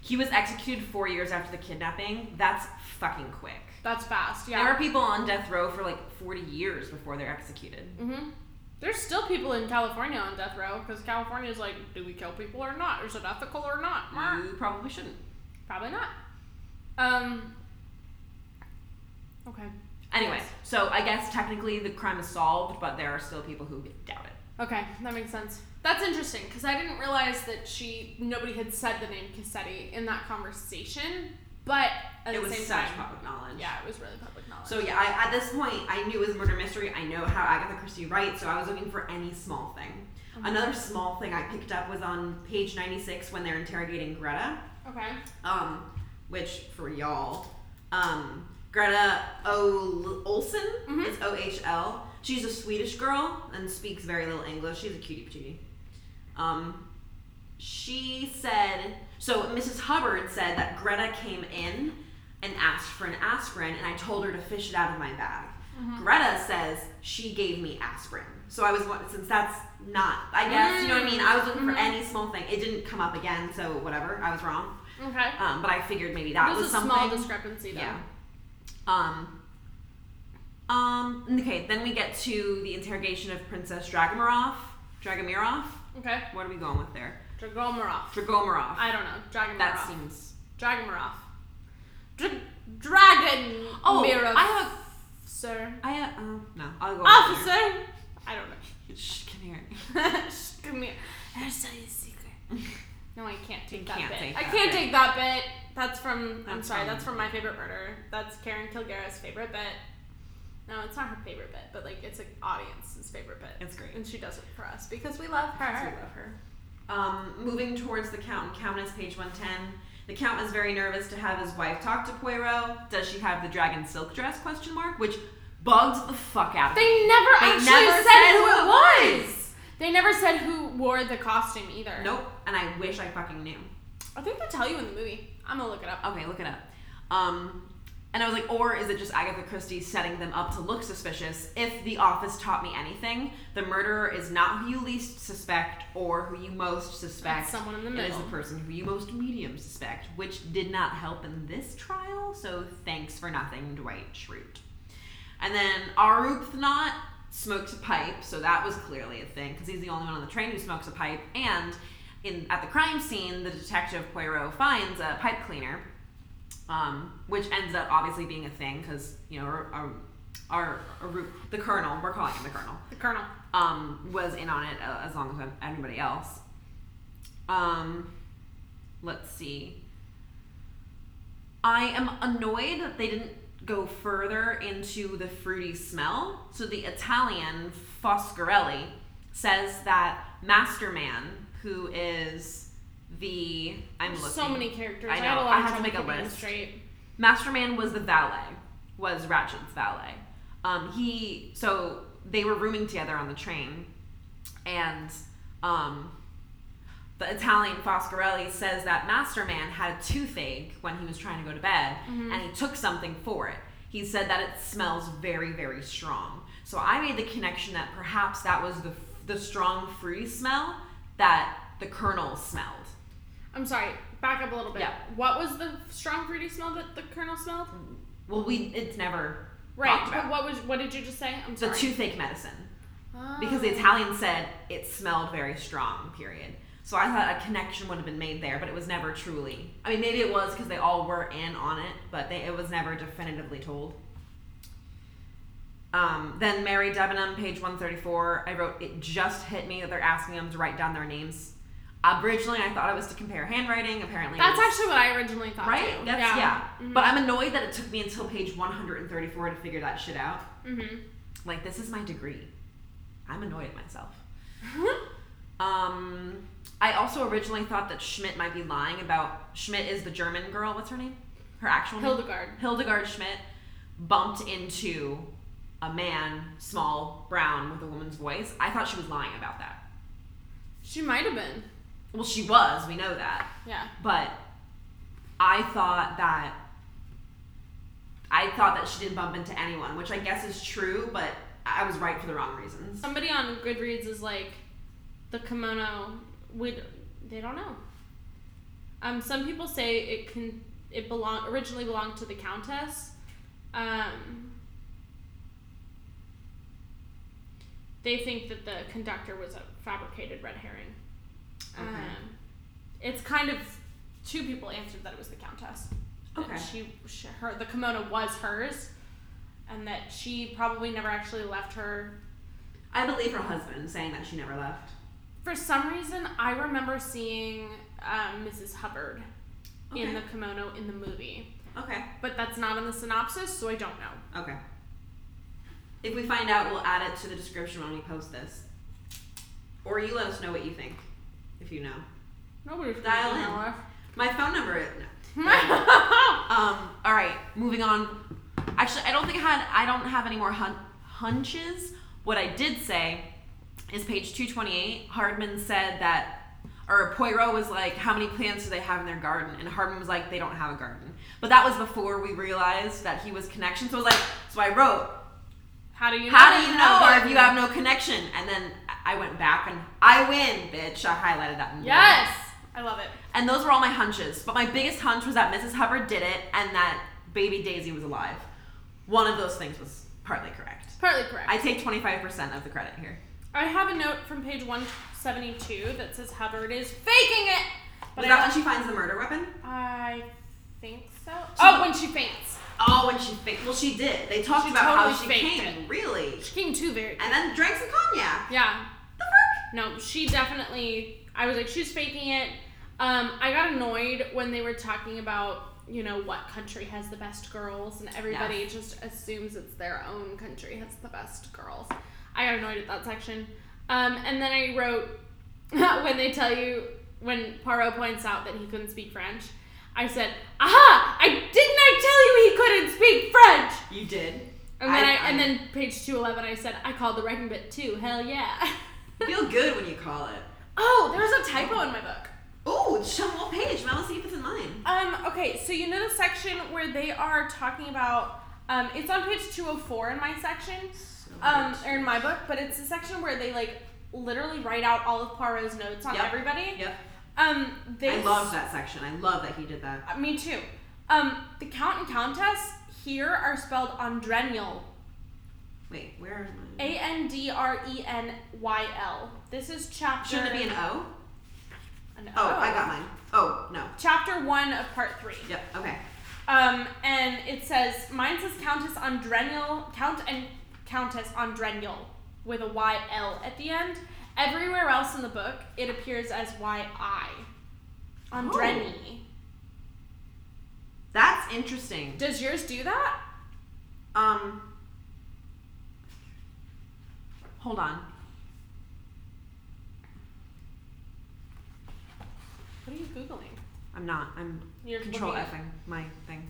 he was executed four years after the kidnapping. That's fucking quick. That's fast. Yeah. There are people on death row for like forty years before they're executed. hmm There's still people in California on death row because California's like, do we kill people or not? Is it ethical or not? Mark? You probably shouldn't. Probably not. Um. Okay. Anyway, Yes. so I guess technically the crime is solved, but there are still people who doubt it. Okay, that makes sense. That's interesting because I didn't realize that she nobody had said the name Cassetti in that conversation, but it at the was same such time, public knowledge. yeah, it was really public knowledge. So yeah, I, at this point, I knew it was a murder mystery. I know how Agatha Christie writes, so I was looking for any small thing. Another small thing I picked up was on page 96 when they're interrogating Greta, okay, um, which for y'all, um, Greta o- Olson, Mhm. it's O H L. She's a Swedish girl and speaks very little English. She's a cutie patootie. Um, she said, so Mrs. Hubbard said that Greta came in and asked for an aspirin, and I told her to fish it out of my bag. Greta says she gave me aspirin. So I was, wa- since that's not, I guess, you know what I mean? I was looking for Mhm. any small thing. It didn't come up again, so whatever, I was wrong. okay. Um, but I figured maybe that There's was a something. small discrepancy though. yeah. Um. Um. Okay. Then we get to the interrogation of Princess Dragomirov. Dragomirov. Okay, What are we going with there? Dragomirov. Dragomirov. I don't know. Dragomirov. that seems. Dragomirov. Dra- Dragon. Oh, Mirov. I have. sir. I have. Uh, no. I'll go. Officer. With I don't know. it. Shh. Come here. Just Come here. I'll tell you a secret. No, I can't take You that can't bit. take I that can't bit. take that bit. That's from. I'm That's sorry. from- That's from my favorite murder. That's Karen Kilgara's favorite bit. No, it's not her favorite bit, but like it's an audience's favorite bit, It's great. and she does it for us because we love I her. love her. Um, moving towards the Count and Countess, page 110. The Count is very nervous to have his wife talk to Poirot. Does she have the dragon silk dress? Question mark. Which bugs the fuck out of me. They never They actually never said, said who who it it was. They never said who wore the costume either. Nope. And I wish I fucking knew. I think they tell you in the movie. I'm gonna look it up. Okay, look it up. Um, and I was like, or is it just Agatha Christie setting them up to look suspicious? If The Office taught me anything, the murderer is not who you least suspect or who you most suspect. It's someone in the It is the middle. person who you most medium suspect, which did not help in this trial. So thanks for nothing, Dwight Schrute. And then Arupthnot smokes a pipe, so that was clearly a thing because he's the only one on the train who smokes a pipe. And in at the crime scene, the detective Poirot finds a pipe cleaner, um, which ends up obviously being a thing because you know our, our, our, Arup- the colonel, we're calling him the colonel, The colonel. um, was in on it uh, as long as anybody else. Um, let's see. I am annoyed that they didn't go further into the fruity smell. So the Italian Foscarelli says that Masterman, who is the I'm looking So many characters. I I, had a know. lot I of had to trouble make a keeping them list. Straight. Masterman was the valet, was Ratchet's valet. Um, he so they were rooming together on the train, and um, the Italian Foscarelli says that Masterman had a toothache when he was trying to go to bed, and he took something for it. He said that it smells very, very strong. So I made the connection that perhaps that was the the strong fruity smell that the colonel smelled. I'm sorry. Back up a little bit. Yeah. What was the strong fruity smell that the colonel smelled? Well, we it's never Right. talked But about. what was? What did you just say? I'm the sorry. toothache medicine. Ah. because the Italian said it smelled very strong. Period. So I thought a connection would have been made there, but it was never truly. I mean, maybe it was because they all were in on it, but they, it was never definitively told. Um, then Mary Debenham, page 134, I wrote, it just hit me that they're asking them to write down their names. Originally, I thought it was to compare handwriting. Apparently, it That's was- actually what I originally thought. right. Too. That's yeah. yeah. Mm-hmm. But I'm annoyed that it took me until page 134 to figure that shit out. Mm-hmm. Like, this is my degree. I'm annoyed at myself. Um, I also originally thought that Schmidt might be lying about Schmidt is the German girl. What's her name? Her actual name? Hildegard. Hildegard Schmidt bumped into a man, small, brown, with a woman's voice. I thought she was lying about that. She might have been. Well, she was. We know that. Yeah. But I thought that I thought that she didn't bump into anyone, which I guess is true. But I was right for the wrong reasons. Somebody on Goodreads is like, the kimono would. They don't know. Um, some people say it can. It belong originally belonged to the countess. Um, they think that the conductor was a fabricated red herring. Okay. Um, it's kind of two people answered that it was the countess. that Okay. She, she her the kimono was hers, and that she probably never actually left her I believe her husband saying that she never left. For some reason, I remember seeing um, Mrs. Hubbard in Okay. the kimono in the movie, Okay. but that's not in the synopsis, so I don't know. Okay. If we find out, we'll add it to the description when we post this. Or you let us know what you think, if you know. Nobody's gonna Dial know in. us. My phone number is. No. um, all right, moving on. Actually, I don't think I had. I don't have any more hun- hunches. What I did say is page 228. Hardman said that. Or Poirot was like, How many plants do they have in their garden? And Hardman was like, They don't have a garden. But that was before we realized that he was connection. So I was like, So I wrote, How do you know? how do you know that? or if you have no connection? And then I went back and I win, bitch. I highlighted that. In Yes! I love it. blue. And those were all my hunches. But my biggest hunch was that Mrs. Hubbard did it and that baby Daisy was alive. One of those things was partly correct. Partly correct. I take 25% of the credit here. I have a note from page 172 that says Hubbard is faking it! But Was that I, don't- when she finds the murder weapon? I think so. Oh, when she faints. Oh, when she faked. Well, she did. They talked She about how totally she faked came. Really? She came too very. And then drank some cognac. Yeah, The fuck? No, she definitely. I was like, she's faking it. Um, I got got annoyed when they were talking about you know what country has the best girls, and everybody just assumes it's their own country has the best girls. I got annoyed at that section, um, and then I wrote when they tell you when Poirot points out that he couldn't speak French. I said, "Aha! I didn't I tell you he couldn't speak French?" You did. And then I, I- and I- then page two eleven, I said I called the wrecking bit too. Hell yeah! Feel good when you call it. oh, there was a typo in my book. Ooh, show me what page. I want to see if it's in mine. Um, okay, so you know the section where they are talking about um, it's on page 204 in my section, um, or in my book, but it's the section where they like literally write out all of Poirot's notes on Yep. everybody. Yep. Um, they I love that section. I love that he did that. Uh, Me too. Um, the count and countess here are spelled Andrenial. Wait, where is mine? A N D R E N Y L. This is chapter. Shouldn't it be an O? an Oh, I got mine. Oh, no. Chapter one of part three. Yep, okay. Um, and it says mine says Countess Andrenial, Count and Countess Andrenial with a Y L at the end. Everywhere else in the book, it appears as Y I. Andreni. Oh. That's interesting. Does yours do that? Um. Hold on. What are you googling? I'm not. I'm You're control looking at- effing my thing.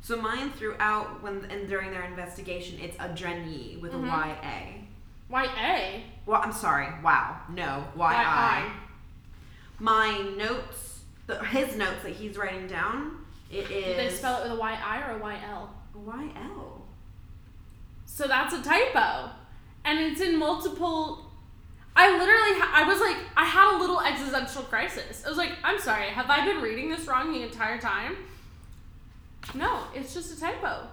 So mine throughout when and during their investigation, it's adreni with Mhm. a Y A. Y A. Well, I'm sorry. Wow. No. Why I? My notes, the, his notes that he's writing down. It Did they is spell it with a Y I or a Y L? Y L. So that's a typo, and it's in multiple. I literally, ha- I was like, I had a little existential crisis. I was like, I'm sorry, have I been reading this wrong the entire time? No, it's just a typo.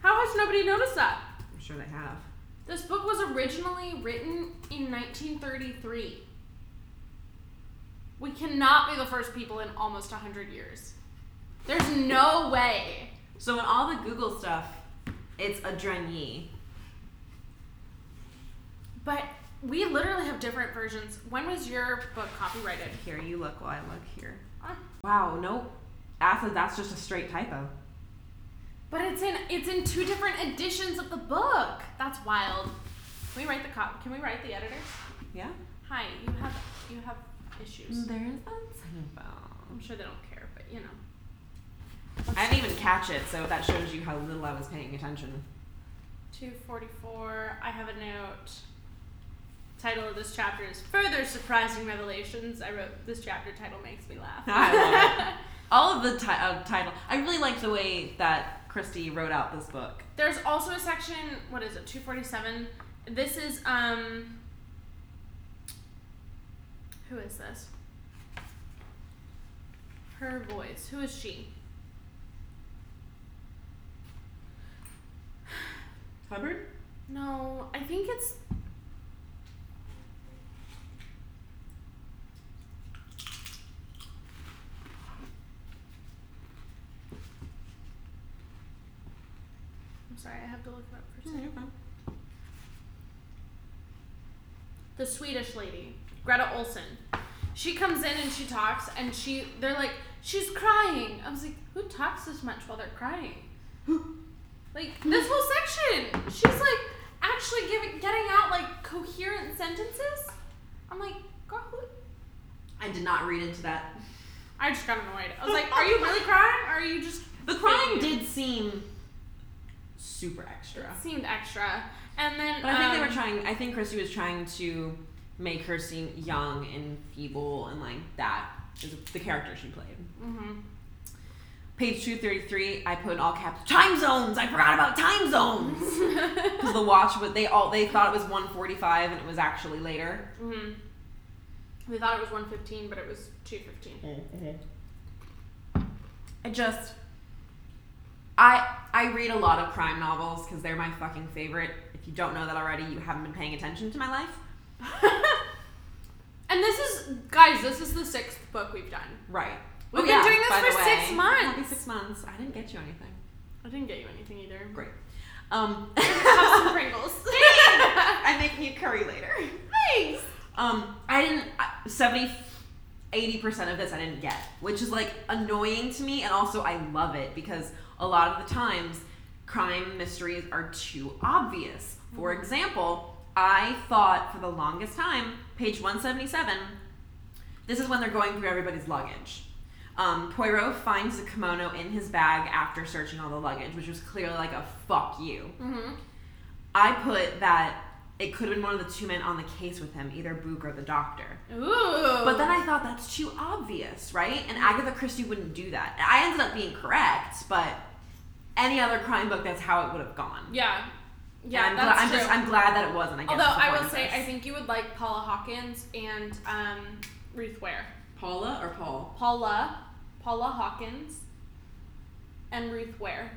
How has nobody noticed that? I'm sure they have. This book was originally written in 1933. We cannot be the first people in almost 100 years. There's no way. So in all the Google stuff, it's adreni. But we literally have different versions. When was your book copyrighted? Here, you look while I look here. Ah. Wow. Nope. That's a, that's just a straight typo. But it's in it's in two different editions of the book. That's wild. Can we write the cop? Can we write the editor? Yeah. Hi, you have you have issues. There's Mm, a I'm sure they don't care, but you know. I didn't even catch it, so that shows you how little I was paying attention. 244. I have a note. Title of this chapter is Further Surprising Revelations. I wrote this chapter title makes me laugh. I love All of the ti- uh, title. I really like the way that Christie wrote out this book. There's also a section, what is it, 247? This is, um. Who is this? Her voice. Who is she? Hubbard. No, I think it's. I'm sorry, I have to look it up for a Hmm. second. the Swedish lady, Greta Olson. She comes in and she talks, and she they're like, she's crying. I was like, who talks this much while they're crying? like this whole section, she's like actually giving getting out like coherent sentences. I'm like, girl, who? I did not read into that. I just got annoyed. I was like, are you really crying? Or are you just The crime did seem super extra. seemed extra? And then But I think they um, were trying. I think Christy was trying to make her seem young and feeble, and like that is the character she played. mhm. Page two thirty three. I put in all caps. Time zones. I forgot about time zones. mm-hmm. Because the watch, was they all they thought it was one forty five, and it was actually later. Mhm. We thought it was 115, but it was 215. I just, I I read a lot of crime novels because they're my fucking favorite. If you don't know that already, you haven't been paying attention to my life. and this is, guys, this is the sixth book we've done. Right. We've Oh, been yeah, doing this by for the six way. months. Happy six months. I didn't get you anything. I didn't get you anything either. Great. Um, Have some Pringles. I'm making you curry later. Thanks. Um, I didn't. I- 70, 80% of this I didn't get, which is like annoying to me, and also I love it because a lot of the times crime mysteries are too obvious. For example, I thought for the longest time, page 177, this is when they're going through everybody's luggage. Um, Poirot finds the kimono in his bag after searching all the luggage, which was clearly like a fuck you. Mm-hmm. I put that it could have been one of the two men on the case with him, either Book or the doctor. Ooh. But then I thought that's too obvious, right? And Agatha Christie wouldn't do that. I ended up being correct, but any other crime book, that's how it would have gone. Yeah. Yeah, And I'm, that's gla- I'm true. just I'm glad that it wasn't. I guess Although is the I point will of say, this. I think you would like Paula Hawkins and um, Ruth Ware. Paula or Paul. Paula, Paula Hawkins, and Ruth Ware.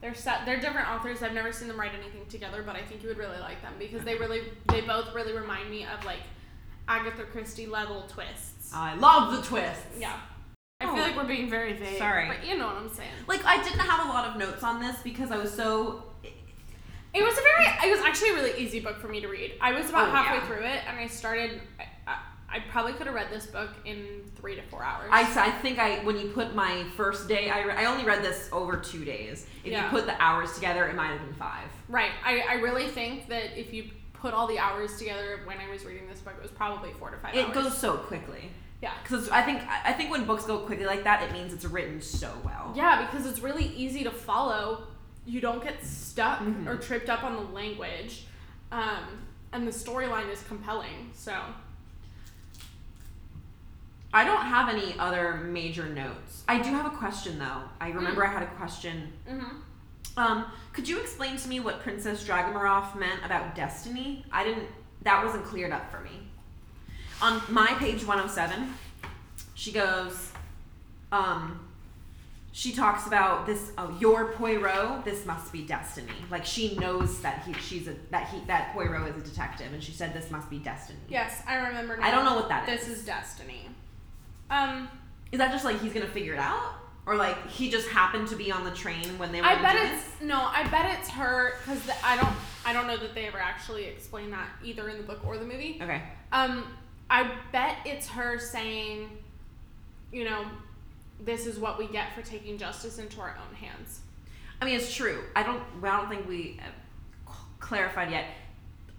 They're set, they're different authors. I've never seen them write anything together, but I think you would really like them because they really they both really remind me of like Agatha Christie level twists. I love the twists. yeah, I Oh. feel like we're being very vague. Sorry. but you know what I'm saying. Like I didn't have a lot of notes on this because I was so. It was a very. It was actually a really easy book for me to read. I was about Oh, halfway yeah. through it, and I started. I, I, I probably could have read this book in three to four hours. I, I think I when you put my first day I, re- I only read this over two days. If Yeah. you put the hours together, it might have been five. right. I, I really think that if you put all the hours together of when I was reading this book, it was probably four to five It hours. goes so quickly. Yeah. Because I think I think when books go quickly like that, it means it's written so well. Yeah, because it's really easy to follow. You don't get stuck Mhm. or tripped up on the language, um, and the storyline is compelling. So I don't have any other major notes. I do have a question though. I remember I had a question. mhm. Um, could you explain to me what Princess Dragomarov meant about destiny? I didn't. That wasn't cleared up for me. On my page 107, she goes. Um, she talks about this. Oh, your Poirot. This must be destiny. Like she knows that he, she's a that he that Poirot is a detective, and she said this must be destiny. yes, I remember. Now. I don't know what that This is destiny. Um. Is that just like he's gonna figure it out, or like he just happened to be on the train when they were? I bet doing it's no. I bet it's her because I don't. I don't know that they ever actually explain that either in the book or the movie. this? okay. Um, I bet it's her saying, you know, this is what we get for taking justice into our own hands. I mean, it's true. I don't. well, I don't think we uh, c- clarified yet.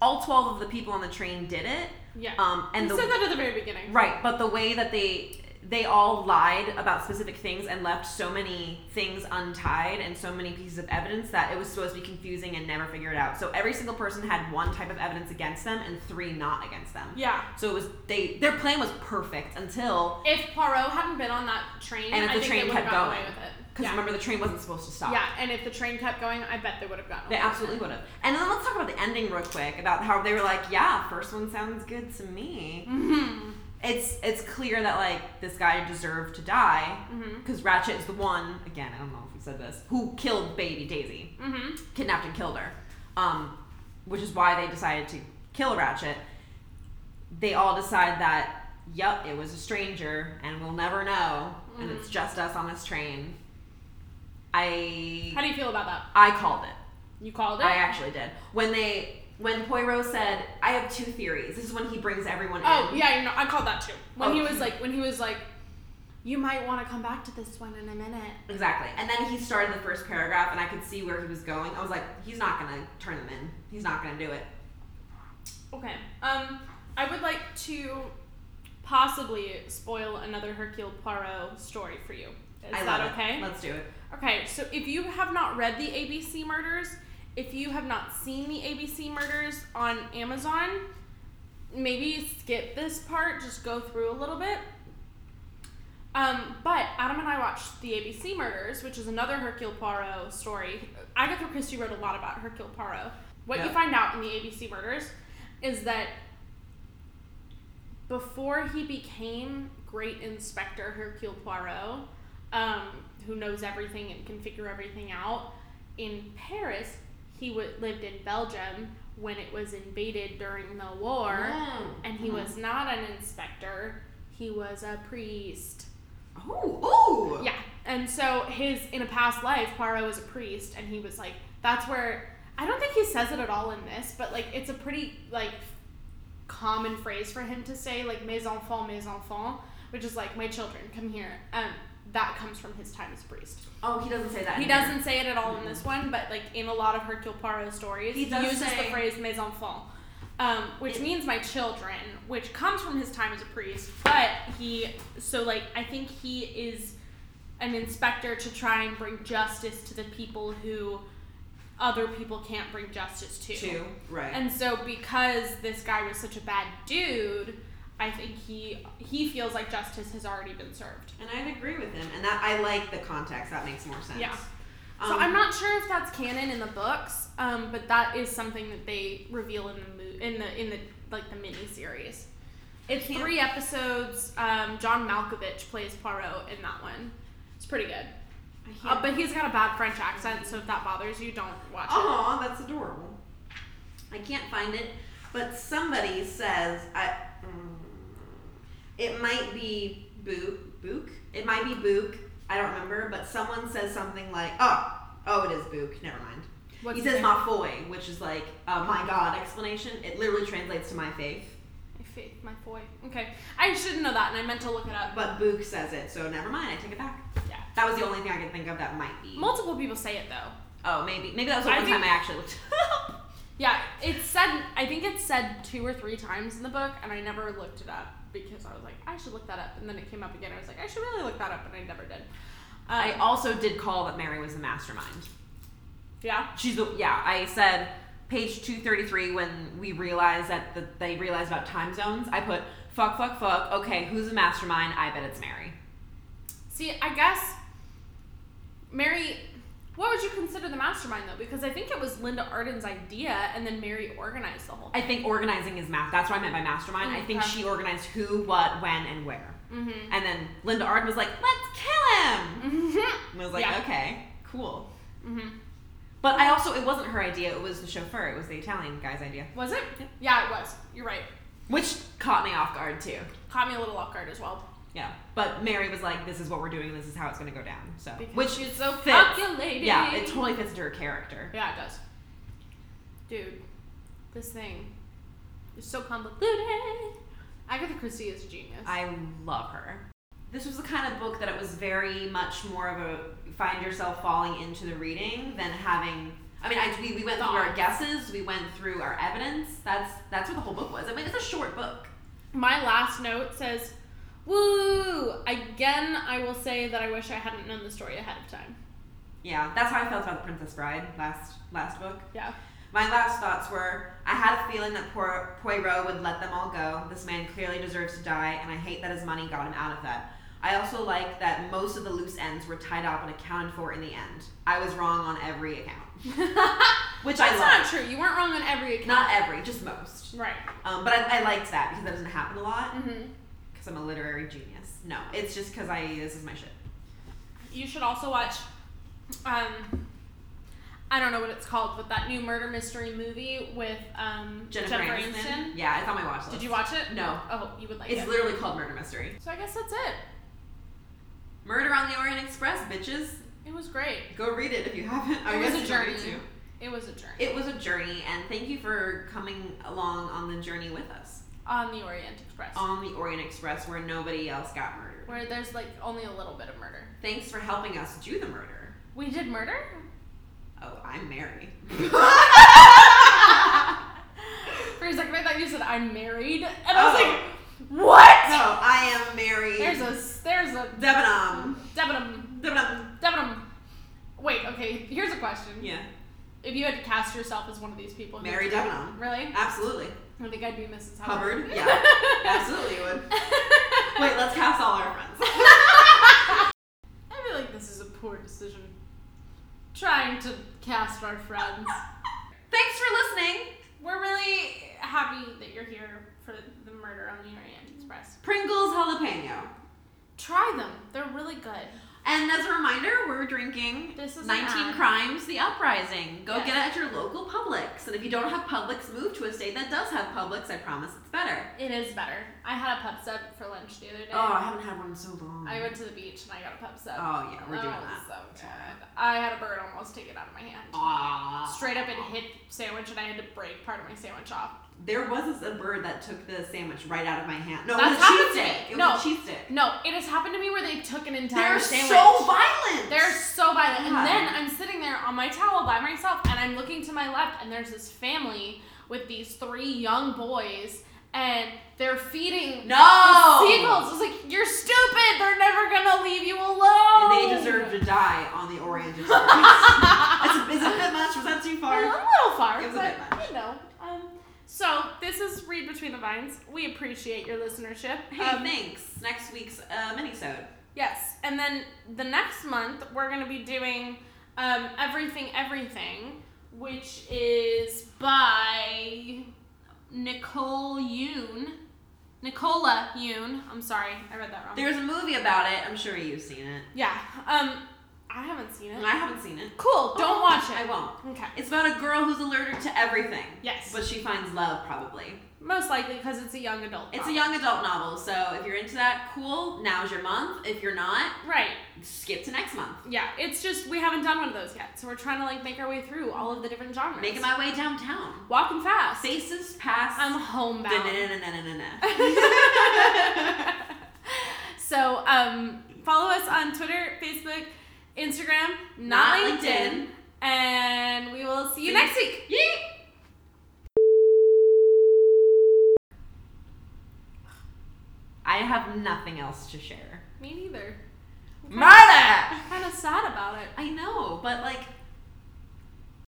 All twelve of the people on the train did it. Yeah. Um, and you the said that at the very beginning. right, but the way that they they all lied about specific things and left so many things untied and so many pieces of evidence that it was supposed to be confusing and never figured out. So every single person had one type of evidence against them and three not against them. Yeah. So it was they their plan was perfect until If Poirot hadn't been on that train, And if I the think train they would have kept gotten away going. with it. because Yeah. remember the train wasn't supposed to stop. yeah, and if the train kept going, I bet they would have gotten They away. absolutely would have. And then let's talk about the ending real quick about how they were like, yeah, first one sounds good to me. Mm-hmm. It's it's clear that like this guy deserved to die Mm-hmm. because Ratchet is the one again. I don't know if we said this who killed Baby Daisy, Mm-hmm. kidnapped and killed her, um, which is why they decided to kill Ratchet. They all decide that yep, it was a stranger, and we'll never know, and it's Mm. just us on this train. I How do you feel about that? I called it. You called it. I actually did. When they when Poirot said, I have two theories. This is when he brings everyone Oh in. yeah, you know, I called that too. When he Oh. was like, when he was like, you might want to come back to this one in a minute. Exactly. And then he started the first paragraph and I could see where he was going. I was like, he's not gonna turn them in. He's not gonna do it. Okay. Um, I would like to possibly spoil another Hercule Poirot story for you. Is I that love it. okay? Let's do it. Okay. So if you have not read the ABC Murders, if you have not seen the ABC Murders on Amazon, maybe skip this part. Just go through a little bit. Um, but Adam and I watched The ABC Murders, which is another Hercule Poirot story. Agatha Christie wrote a lot about Hercule Poirot. What you Yeah. find out in The ABC Murders is that before he became Great Inspector Hercule Poirot, um, who knows everything and can figure everything out, in Paris, he w- lived in Belgium when it was invaded during the war and he was not an inspector. He was a priest. Oh, ooh. Yeah. And so his in a past life, Poirot was a priest, and he was like, that's where I don't think he says it at all in this, but like it's a pretty like common phrase for him to say, like mes enfants, mes enfants, which is like my children, come here. Um, that comes from his time as a priest. Oh, he doesn't say that. He in here. doesn't say it at all in this one, but like in a lot of Hercule Poirot stories, He he, does uses say- the phrase "mes enfants," um, which It- means "my children," which comes from his time as a priest. But he, so like, I think he is an inspector to try and bring justice to the people who other people can't bring justice to. Two. Right. And so because this guy was such a bad dude, I think he he feels like justice has already been served. And I'd agree with him. And that I like the context. That makes more sense. Yeah. Um, So I'm not sure if that's canon in the books, um, but that is something that they reveal in the mo- in the in the like the mini series. It's Can't- three episodes. Um, John Malkovich plays Poirot in that one. It's pretty good, I can't- uh, but he's got a bad French accent, so if that bothers you, don't watch it. Aw, that's adorable. I can't find it, but somebody says I. mm, It might be Book. Book. It might be Book. I don't remember, but someone says something like, "Oh, oh, it is Book. Never mind." What's he his says name? "my foy," which is like uh, "my God" explanation. It literally translates to "my faith," My faith, my boy. Okay, I should know that, and I meant to look it up. but Book says it, so never mind. I take it back. Yeah. That was the only thing I could think of that might be. Multiple people say it though. oh, maybe maybe that was the I one think- time I actually looked. Yeah, it's said. I think it's said two or three times in the book, and I never looked it up because I was like, I should look that up, and then it came up again. I was like, I should really look that up, and I never did. I Uh, also did call that Mary was the mastermind. yeah, She's the yeah. I said page two thirty three when we realized that the, they realized about time zones. I put fuck fuck fuck. Okay, who's the mastermind? I bet it's Mary. see, I guess Mary. What would you consider the mastermind though? Because I think it was Linda Arden's idea, and then Mary organized the whole. I think organizing is math. That's what I meant by mastermind. I think Okay. she organized who, what, when, and where. Mm-hmm. And then Linda Arden was like, "Let's kill him." Mm-hmm. And I was like, Yeah. "Okay, cool." Mm-hmm. But I also it wasn't her idea. It was the chauffeur. It was the Italian guy's idea, Was it? Yeah, it was. You're right. which caught me off guard too. Caught me a little off guard as well. Yeah, but Mary was like, "This is what we're doing. and This is how it's going to go down." So, Because which she's so fits. calculating. Yeah, it totally fits into her character. Yeah, it does. Dude, this thing is so convoluted. Agatha Christie is a genius. I love her. This was the kind of book that it was very much more of a find yourself falling into the reading than having. I mean, I, we, we went through our guesses, we went through our evidence. That's that's what the whole book was. I mean, it's a short book. My last note says, "Woo!" Again, I will say that I wish I hadn't known the story ahead of time. Yeah, that's how I felt about the Princess Bride last last book. Yeah. My last thoughts were I had a feeling that poor Poirot would let them all go. This man clearly deserves to die, and I hate that his money got him out of that. I also like that most of the loose ends were tied up and accounted for in the end. I was wrong on every account, which I That's not love. true. You weren't wrong on every account. Not every, just most. right. Um, but I, I liked that because that doesn't happen a lot Mm-hmm. because I'm a literary genius. No, it's just because I this is my shit. You should also watch. Um, I don't know what it's called, but that new murder mystery movie with um, Jennifer, Aniston. Aniston. Yeah, it's on my watch list. Did you watch it? No. Oh, you would like It's it. literally called Murder Mystery. so I guess that's it. Murder on the Orient Express, bitches. It was great. Go read it if you haven't. I It was guess a you don't need journey. to. It was a journey. It was a journey, and thank you for coming along on the journey with us on the Orient Express, on the Orient Express where nobody else got murdered. where there's like only a little bit of murder. Thanks for helping us do the murder. We did murder? Oh, I'm Mary. For a second, I thought you said I'm married, and I was Oh. like, what? No, I am Mary. There's a there's a Debenham. Debenham Debenham. Debenham. Wait, okay. Here's a question. Yeah, If you had to cast yourself as one of these people, who- Mary Debenham. Really? Absolutely. I think I'd be Mrs. Hubbard. Hubbard. Yeah, absolutely you would. Wait, let's cast all our friends. I feel like this is a poor decision. Trying to cast our friends. Thanks for listening. We're really happy that you're here for the murder on the Orient Express. Pringles jalapeno. Try them. They're really good. And as a reminder, we're drinking This is an 19 ad. Crimes The Uprising. Go Yes. get it at your local Publix. And if you don't have Publix, move to a state that does have Publix. I promise it's better. It is better. I had a pub sub for lunch the other day. Oh, I haven't had one in so long. I went to the beach and I got a pub sub. Oh, yeah, we're That doing was that. So good. I had a bird almost take it out of my hand. Aw. Straight up, it hit the sandwich, and I had to break part of my sandwich off. There was a bird that took the sandwich right out of my hand. No, it That's was a cheese happened to stick. me. It No. was a cheese stick. No, it has happened to me where they took an entire They're sandwich. so violent. They're so violent. Yeah. And then I'm sitting there on my towel by myself and I'm looking to my left and there's this family with these three young boys and they're feeding no. the seagulls. It's like, you're stupid. They're never going to leave you And alone. they deserve to die on the Orient Express. That's a, is it a bit much? Was that too Well, far? a little far, It was a but bit much. you know. Um, so this is Read Between the Vines. We appreciate your listenership. Hey, Um, thanks. Next week's uh, minisode. Yes, and then the next month we're going to be doing um, Everything Everything, which is by Nicole Yoon. Nicola Yoon. I'm sorry, I read that wrong. There's a movie about it. I'm sure you've seen it. yeah, um, I haven't seen And it. I haven't seen it. Cool, don't watch I it. won't. Okay, It's about a girl who's allergic to everything. Yes. But she finds love, probably. most likely because it's a young adult. It's a novel. young adult novel, so if you're into that, cool. Now's your month. If you're not, right. skip to next month. Yeah, it's just we haven't done one of those yet, so we're trying to like make our way through all of the different genres. Making my way downtown. walking fast. Faces past. I'm homebound. Da-na-na-na-na-na-na. so um, follow us on Twitter, Facebook, Instagram, not, Not LinkedIn, LinkedIn. and we will see you next week. I have nothing else to share. Me neither. Murder! I'm kind of sad about it. I know, but like,